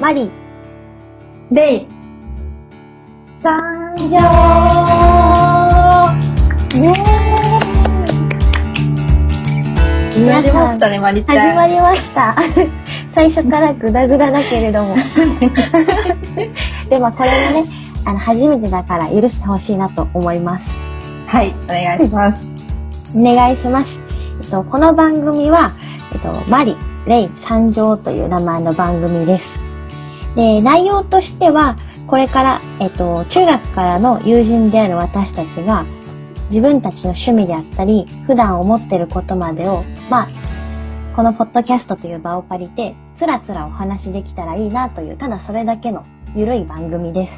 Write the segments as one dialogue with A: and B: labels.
A: マリ、デイ、誕生ねえ
B: やりま
A: さん
B: し、たね、マリち
A: 始
B: ゃん。
A: まりました。 最初からグダグダだけれ ども。でもこれもね、あの、初めてだから許してほしいなと思います。
B: はい、お願いします。
A: お願いします。えっと、この番組は、えっと、マリ、レイ、参上という名前の番組です。で、内容としては、これから、えっと、中学からの友人である私たちが、自分たちの趣味であったり、普段思ってることまでを、まあ、このポッドキャストという場を借りて、つらつらお話しできたらいいなという、ただそれだけのゆるい番組です。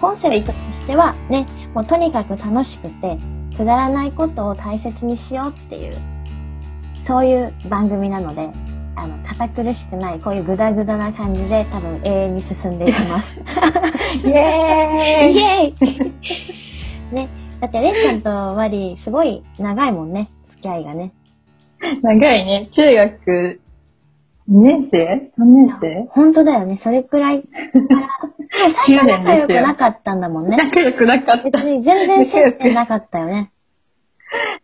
A: コンセプトとしてはね、もうとにかく楽しくて、くだらないことを大切にしようっていう、そういう番組なので、あの、堅苦しくない、こういうグダグダな感じで多分永遠に進んでいき ます。
B: イエ
A: イ エ
B: ーイ
A: ーイね、だってレッちゃんとマリー、すごい長いもんね、付き合いがね。
B: 長いね、中学2年生 ?3 年生
A: 本当だよね、それくらい から。最初仲良くなかったんだもんね。
B: 仲良くなかっ
A: 別
B: た。
A: に全然接点なかったよね。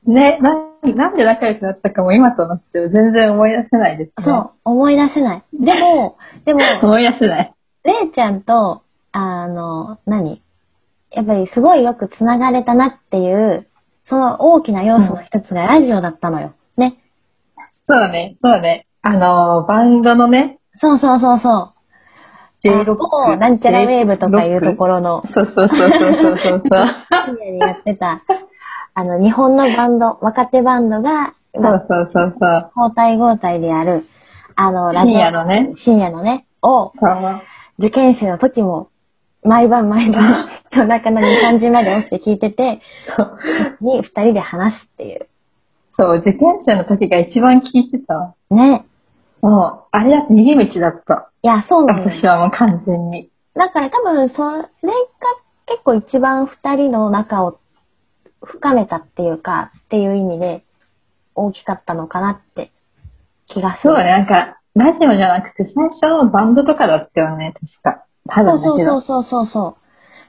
B: ね、ななんで仲良くなったかも今となっては全然思い出せないですね。
A: そう、思い出せない。でも、で も、
B: 思い出せない。
A: れいちゃんと、あの、何やっぱりすごいよく繋がれたなっていう、その大きな要素の一つがラジオだったのよ。ね。
B: そうね、そうね。あのー、バンドのね、
A: そうそうそうそう。
B: J ロッ
A: を
B: ク。
A: なんちゃらウェーブとかいうとこ
B: ろ。
A: ろの、
B: そうそうそうそう そうそう。
A: 深夜にやってた、 あの、日本のバンド、若手バンドが、
B: そう
A: 今
B: そうそうそう。
A: 交代交代でやる、あの、ラジオ、
B: 深夜のね。
A: 深夜のね、を、
B: そう
A: 受験生の時も、毎晩毎晩、夜中の2、3時まで起きて聞いてて、
B: そう
A: に二人で話すっていう。
B: そう、受験生の時が一番聞いてた。
A: ね。
B: もう、あれだ、逃げ道だった。
A: いや、そうなの
B: 私
A: よ。
B: はもう完全に。
A: だから多分、それが結構一番二人の仲を深めたっていうか、っていう意味で大きかったのかなって気がす
B: そ
A: る。
B: うね、なんか、ラジオじゃなくて最初のバンドとかだったよね、確か。多
A: そう
B: 分だ
A: そ
B: け
A: うそ
B: ど
A: う。そうそうそう。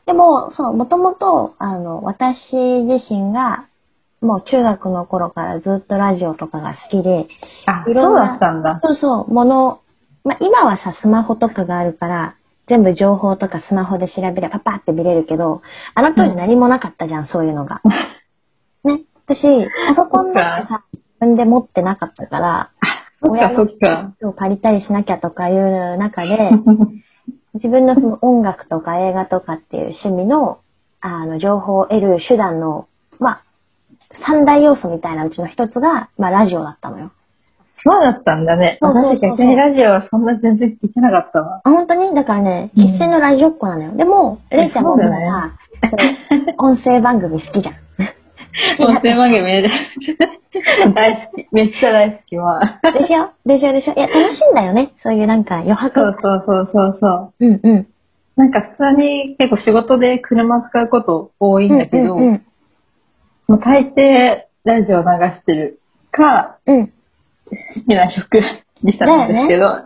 A: でも、そう、もともと、あの、私自身が、もう中学の頃からずっとラジオとかが好きで、
B: あ、
A: い
B: そう
A: ろんな
B: だったんだ。
A: そうそう、もの、まあ、今はさ、スマホとかがあるから、全部情報とかスマホで調べればパパって見れるけど、あの当時何もなかったじゃん、そういうのが。ね。私、パソコンなんてさ、自分で持ってなかったから、
B: そっか
A: 親
B: そ
A: の
B: っか。
A: 手を借りたりしなきゃとかいう中で、自分のその音楽とか映画とかっていう趣味の、あの、情報を得る手段の、まあ、三大要素みたいなうちの一つが、まあ、ラジオだったのよ。
B: そうだったんだね。
A: そうそうそう
B: 私逆にラジオはそんな全然聞けなかったわ。
A: あ本当にだからね、
B: うん
A: 喫煙のラジオっ子なのよ。でも、
B: え
A: れいちゃんも
B: そう
A: さ、
B: だよね
A: そう音声番組好きじゃん。
B: 音声番 組で。大好き。めっちゃ大好き。まあ。
A: でしょでしょでしょいや、楽しいんだよね。そういうなんか余
B: そ
A: 白
B: う。そうそうそうそう。
A: うんうん。
B: なんか普通に結構仕事で車使うこと多いんだけど、
A: うんうん
B: もう大抵ラジオ流してるか、
A: うん。うん。
B: 好きな曲、 リサなんですけど、
A: うんうん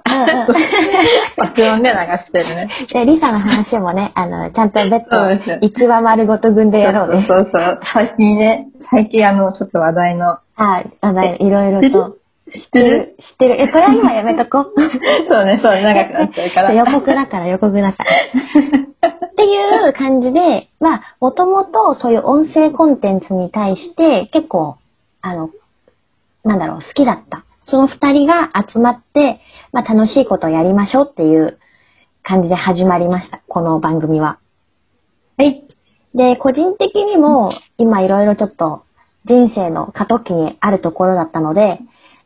B: 爆音で流してるね。
A: で、リサの話もね、あの、ちゃんと別
B: そうですよ
A: 途、一話丸ごと組ん でやろうね。
B: そうそうそう。最近ね、最近あの、ちょっと話題の、
A: あ、あの、いろいろと。
B: 知ってる
A: 知ってる。え、これは今やめとこう。
B: そうね、そうね、長くなっちゃうから。
A: 予告だから予告だから。っていう感じで、まあ、もともとそういう音声コンテンツに対して結構、あの、なんだろう、好きだった。その二人が集まって、まあ楽しいことをやりましょうっていう感じで始まりました。この番組は。
B: はい。
A: で、個人的にも今いろいろちょっと人生の過渡期にあるところだったので、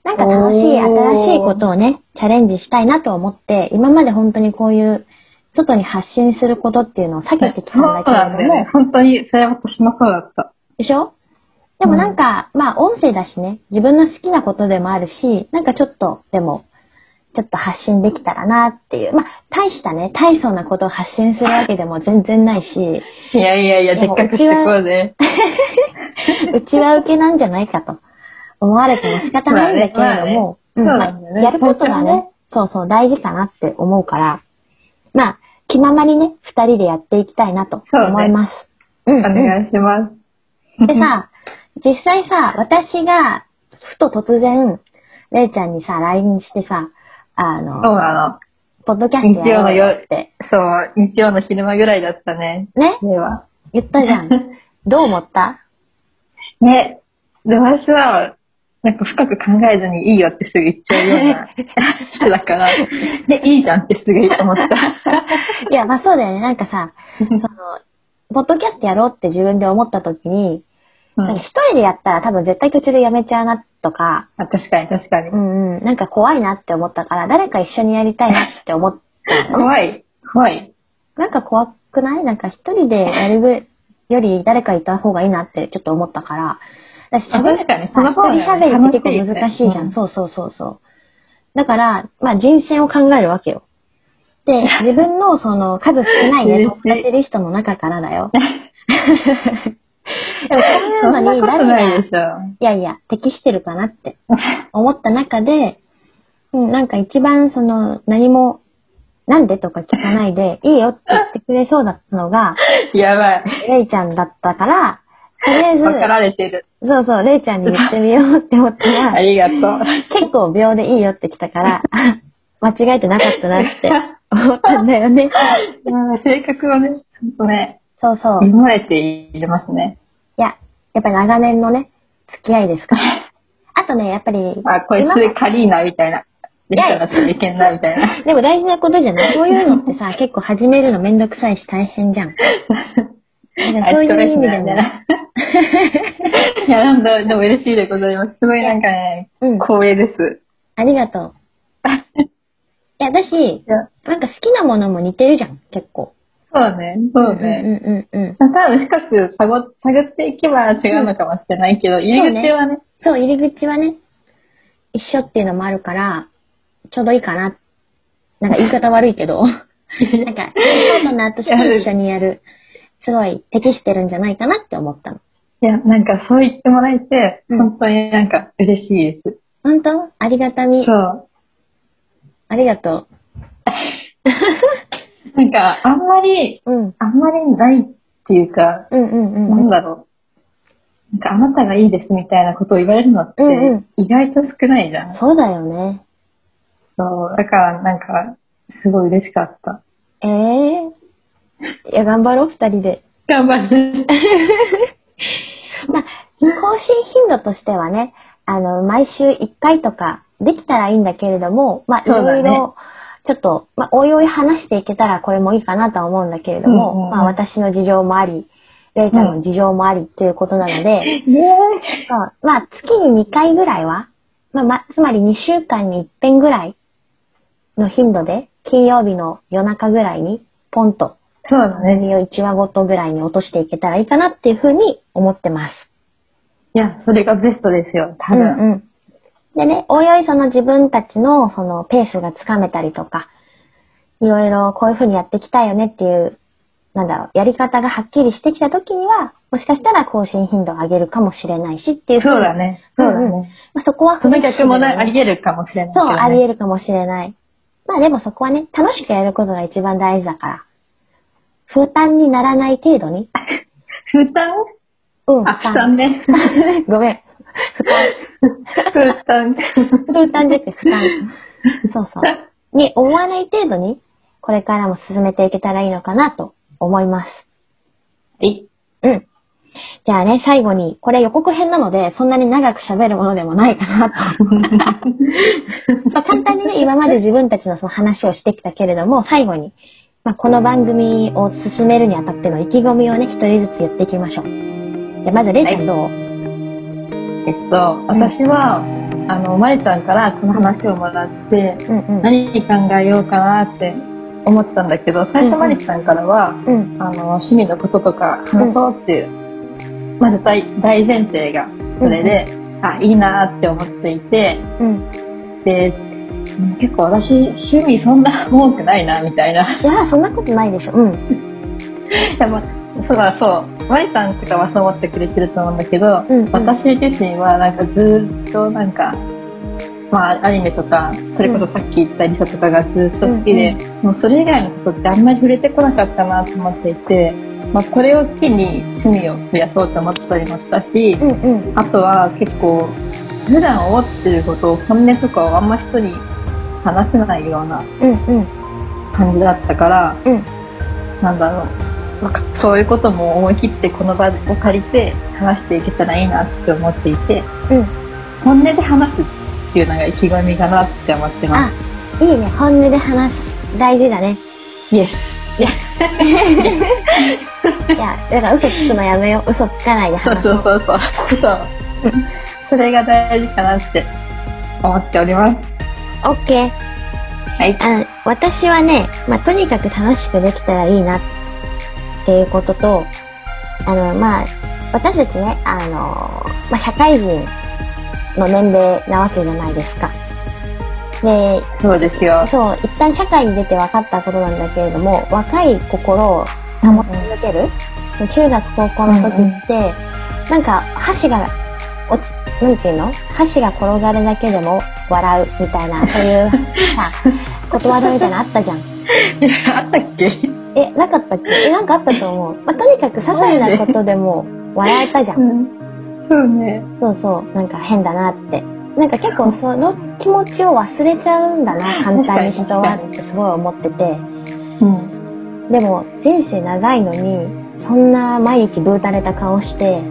A: なんか楽しい
B: おー
A: 新しいことをね、チャレンジしたいなと思って、今まで本当にこういう外に発信することっていうのを避けてきた
B: そうん
A: だけ
B: なんだ
A: れど
B: よ
A: も
B: ね、。本当に、それは私もそうだった。
A: でしょでもなんか、まあ音声だしね、自分の好きなことでもあるし、なんかちょっとでも、ちょっと発信できたらなっていう。まあ、大したね、大層なことを発信するわけでも全然ない し、
B: いやいやいや、
A: で
B: でっ
A: も
B: かくしてこうぜ。
A: うちは受けなんじゃないかと思われても仕方ないんだけれども、
B: まあねまあね
A: うんまあ
B: そうなんだよね
A: やることがね、そうそう、大事かなって思うから、まあ、気ままにね、二人でやっていきたいなと思います。う
B: お
A: んうん
B: 願いします。
A: でさ、実際さ、私が、ふと突然、れいちゃんにさ、LINE してさ、あ
B: そ
A: の、
B: うな
A: ポッドキャストやろうよって、
B: の。そう、日曜の昼間ぐらいだったね。
A: ね、
B: では。
A: 言ったじゃん。 どう思った
B: ね。で、私は、なんか深く考えずにいいよってすぐ言っちゃうような人 だから、で、いいじゃんってすぐ言うと思った。
A: いや、まあそうだよね。なんか さ、その、ポッドキャストやろうって自分で思った時に、
B: う
A: なんか
B: ん、
A: 一人でやったら多分絶対途中でやめちゃうなとか、
B: あ確かに確かに
A: う。んうん、なんか怖いなって思ったから、誰か一緒にやりたいなって思っ
B: 怖い。怖い。
A: なんか怖くないなんか一人でやるぐより誰かいた方がいいなってちょっと思ったから。だし
B: あ確かにその方が
A: 一
B: ね
A: 人喋りって結構
B: 楽しいよ
A: 難しい
B: ね
A: じゃん。
B: うん
A: そうそうそうそう。だから、まあ人選を考えるわけよ。 で、自分のその数少ないね、
B: 嬉しい
A: 友達リストの中からだ よ。でもそう
B: そ
A: い
B: ん
A: う
B: な
A: のに
B: こ
A: 誰
B: と
A: が
B: ないでしょ。
A: いやいや、適してるかなって 思った中で、うん、なんか一番その何も、なんでとか聞かない で、いいよって言ってくれそうだったのが、
B: やばい。
A: レイちゃんだったから、とりあえず
B: 分、かられてる。
A: そうそう、レイちゃんに言ってみようって思った
B: あ
A: ら、
B: りがとう。
A: 結構秒でいいよってきたから、 間違えてなかったなって思ったんだよね。
B: 性格をね、ちゃんとね、
A: そうそう。
B: 見
A: い
B: られていれますね。
A: や、やっぱり長年のね、付き合いですから。あとね、やっぱり、
B: あ、こい
A: 今
B: つカリーナみたいな。できたらいけんな、みたいな。
A: でも大事なことじゃない。そういうのって さ、結構始めるのめんどくさいし大変じゃん。だからそういう意味でも。
B: ね。 いや、なんだ、でも嬉しいでございます。すごいなんかね、
A: うん。
B: 光栄です。
A: ありがと う。いや、だし、
B: いや、
A: なんか好きなものも似てるじゃん、結構。
B: そうね、そうね。
A: うんうんうんうん。
B: 多分深く探探っていけば違うのかもしれないけど、入り口はね、
A: そう、入り口はね、一緒っていうのもあるから、ちょうどいいかな。なんか言い方悪いけ ど、なんか、パートナーとして一緒にやる、すごい適してるんじゃないかなって思ったの。
B: いや、なんかそう言ってもらえて、
A: うん
B: 本当になんか嬉しいです。
A: 本当ありがたみ
B: そ。う。
A: ありがと
B: なんか、あんまり、
A: う。うん。
B: あんまりないっていうか、
A: うんうんうんうん。
B: なんだろう。なんか、あなたがいいですみたいなことを言われるのって
A: うんうん、
B: 意外と少ないじゃん。
A: そうだよね。
B: そう。だから、なんか、すごい嬉しかった。
A: ええいや、頑張ろう、二人で。
B: 頑張る。
A: まあ、更新頻度としてはね、あの、毎週一回とかできたらいいんだけれども、まあ、い
B: そうだ
A: ろ
B: ね
A: いろ、ちょっと、まあ、おいおい話していけたらこれもいいかなとは思うんだけれども、
B: うんうんうん
A: まあ、私の事情もあり、レイちゃんの事情もありっていうことなので、
B: イエーイ
A: そうまあ、月に2回ぐらいは、まあ、ま、つまり2週間に一遍ぐらいの頻度で、金曜日の夜中ぐらいに、ポンと
B: そうだ
A: 番
B: ね。
A: 組を1話ごとぐらいに落としていけたらいいかなっていうふうに思ってます。
B: いや、それがベストですよ、多
A: うん
B: 分。
A: うん。でね、おいおいその自分たちのそのペースがつかめたりとか、いろいろこういうふうにやっていきたいよねっていう、なんだろう、やり方がはっきりしてきた時には、もしかしたら更新頻度を上げるかもしれないしっていうふ
B: そう
A: に
B: だね。そうだ
A: うんう
B: ね。
A: まあ、そこは不
B: その逆もねあり
A: 得
B: 得るかもしれないけ
A: そう、
B: どね。
A: あり得るかもしれない。まあでもそこはね、楽しくやることが一番大事だから、負担にならない程度に、
B: 負担
A: うん、
B: あ、負担ね。
A: ごめん。
B: 負 担。
A: 負担出て負担。そうそう。に思わない程度に、これからも進めていけたらいいのかなと思います。
B: はい。
A: うん。じゃあね、最後に、これ予告編なので、そんなに長く喋るものでもないかなと。まあ簡単にね、今まで自分たちのその話をしてきたけれども、最後に、まあ、この番組を進めるにあたっての意気込みをね、一人ずつ言っていきましょう。じゃあまず、レイちゃんどう、
B: えっと、私は、あの、まりちゃんからこの話をもらって、
A: うんうん。
B: 何考えようかなって思ってたんだけど、最
A: うんう
B: 初
A: ん
B: まりちゃんからは、
A: うん。
B: あの、趣味のこととか話そうっていう、まあ、絶対大前提がそれで、あ、いいなって思っていて、
A: うん。
B: で、うん結構私、趣味そんな多くないな、みたいな。
A: いや、そんなことないでしょ。うん。
B: でもそうだ、そう。まりちゃんとかはそう思ってくれてると思うんだけど、
A: うんうん
B: 私自身はなんかずっとなんか、まあ、アニメとか、それこそさっき言ったリサとかがずっと好きで、もうそれ以外のことってあんまり触れてこなかったなと思っていて、まあ、これを機に趣味を増やそうと思ったりもしたし、
A: うんうん。
B: あとは結構、普段思ってることを本音とかをあんま人に話せないような
A: うんうん。
B: 感じだったから、
A: うん
B: なんだろう、まあそういうことも思い切ってこの場を借りて話していけたらいいなって思っていて、
A: うん
B: 本音で話すっていうのが意気込みかなって思ってま
A: あ
B: す。、
A: いいね。本音で話す。大事 だね。
B: イエス。
A: いや、だから嘘つくのやめよう。嘘つかないで
B: そう
A: 話
B: そう
A: そう。
B: そうそう。そう。それが大事かなって思っております。
A: オッケー。
B: はい。
A: あ私はね、まあ、とにかく楽しくできたらいいなっていうことと、あの、まあ、私たちね、あの、まあ、社会人の年齢なわけじゃないですか。で、
B: そうですよ。
A: そう、一旦社会に出て分かったことなんだけれども、若い心を保ち続ける、中学高校の時って、なんか箸が落ち、なんていうの箸が転がるだけでも笑うみたいな、そう いうさ、ことわざみたいなのあったじゃん。
B: あったっけ
A: え、なかったっけえ、なんかあったと思う。まあ、とにかく些細なことでも笑えたじゃん。
B: ん。そうね。
A: そうそう、なんか変だなって。なんか結構その気持ちを忘れちゃうんだ な、簡単に人はってすごい思ってて。
B: うん。
A: でも人生長いのにそんな毎日ぶーたれた顔して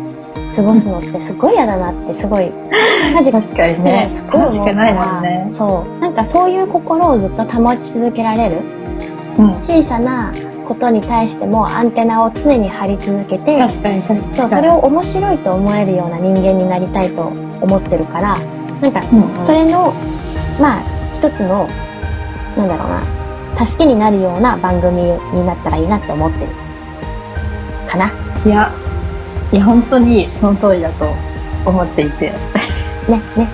A: 過ごすのってすごい嫌だなってすご いマジか
B: 確かにね。
A: すごい
B: 楽し
A: 思う
B: く
A: か
B: ないも
A: ら、
B: んね。
A: そうなんかそういう心をずっと保ち続けられる
B: うん。
A: 小さなことに対してもアンテナを常に張り続けて
B: 確かに確かに。
A: そうそれを面白いと思えるような人間になりたいと思ってるからなんか
B: うん、
A: それのまあ一つのなんだろうな助けになるような番組になったらいいなって思ってるかない
B: や、いや、本当にその通りだと思っていて。
A: ね ね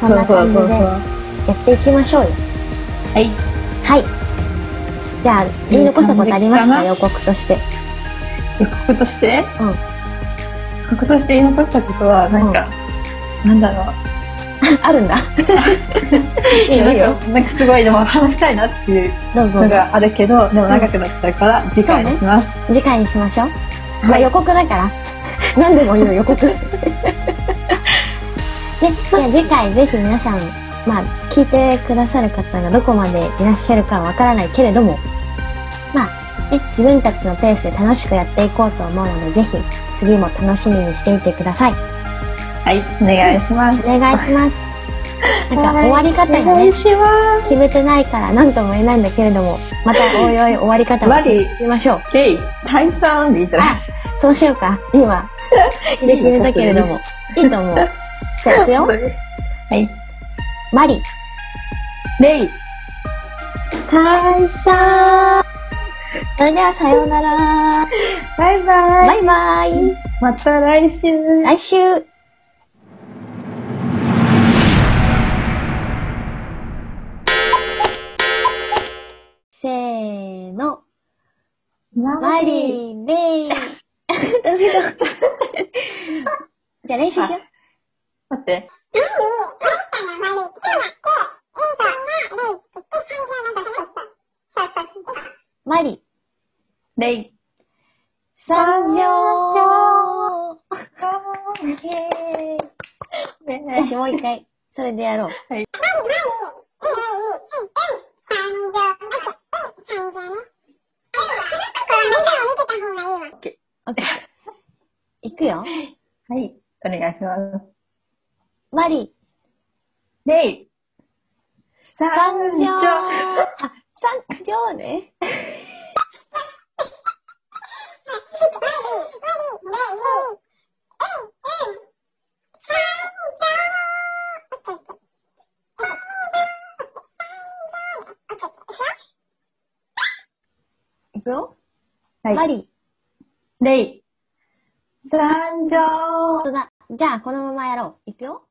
A: こんな感じでや
B: は
A: っていきましょうよ
B: い。
A: はいじゃあ言い残したことありまし
B: いい感じか
A: た
B: な
A: 予告として
B: 予告として
A: うん
B: 予告として言い残したことは、なんか、なんだろう。
A: あるんだいいよいいよ
B: なんか、なんかすごい、でも話したいなっていう
A: どうぞ
B: のがあるけど、でも長くなっちゃうから、次回にします。
A: 次回にしましょう、ま
B: は
A: あ、
B: い
A: 予告だから 何でもいいよ予告 ねじゃあ次回ぜひ皆さんまあ聞いてくださる方がどこまでいらっしゃるかわからないけれどもまあね自分たちのペースで楽しくやっていこうと思うのでぜひ次も楽しみにしていてください
B: はい、お願いします。
A: お願いしますなんか終わり方
B: お
A: が
B: 願い
A: ね
B: しま
A: 決めてないから何とも言えないんだけれどもまたおいおい終わり方を
B: マリ
A: 決めましょう
B: す。ケイ、退散でいいんじゃない
A: あ、そうしようか。 今、で決めたけれども。いいと思う。じゃあ、いく よ。
B: はい。
A: マリ。
B: レイ、
A: 解散それでは、さようなら。
B: バイバイ。
A: バイバイ。
B: また来週。
A: 来週。せーの。マ リー、レイ。じゃあ練習しよう。
B: 待って。
A: マリ。
B: レイ。
A: 参上イェーイ 私
B: は
A: もう一回、それでやろう。
B: い。
A: オッケー。いくよ。
B: はい。お願いします。
A: マリ、
B: レイ。参
A: 参上あ、参上ね。いくよ。マ
B: はい。
A: リ、
B: レイ。参上
A: 本当だ。じゃあ、このままやろう。いくよ。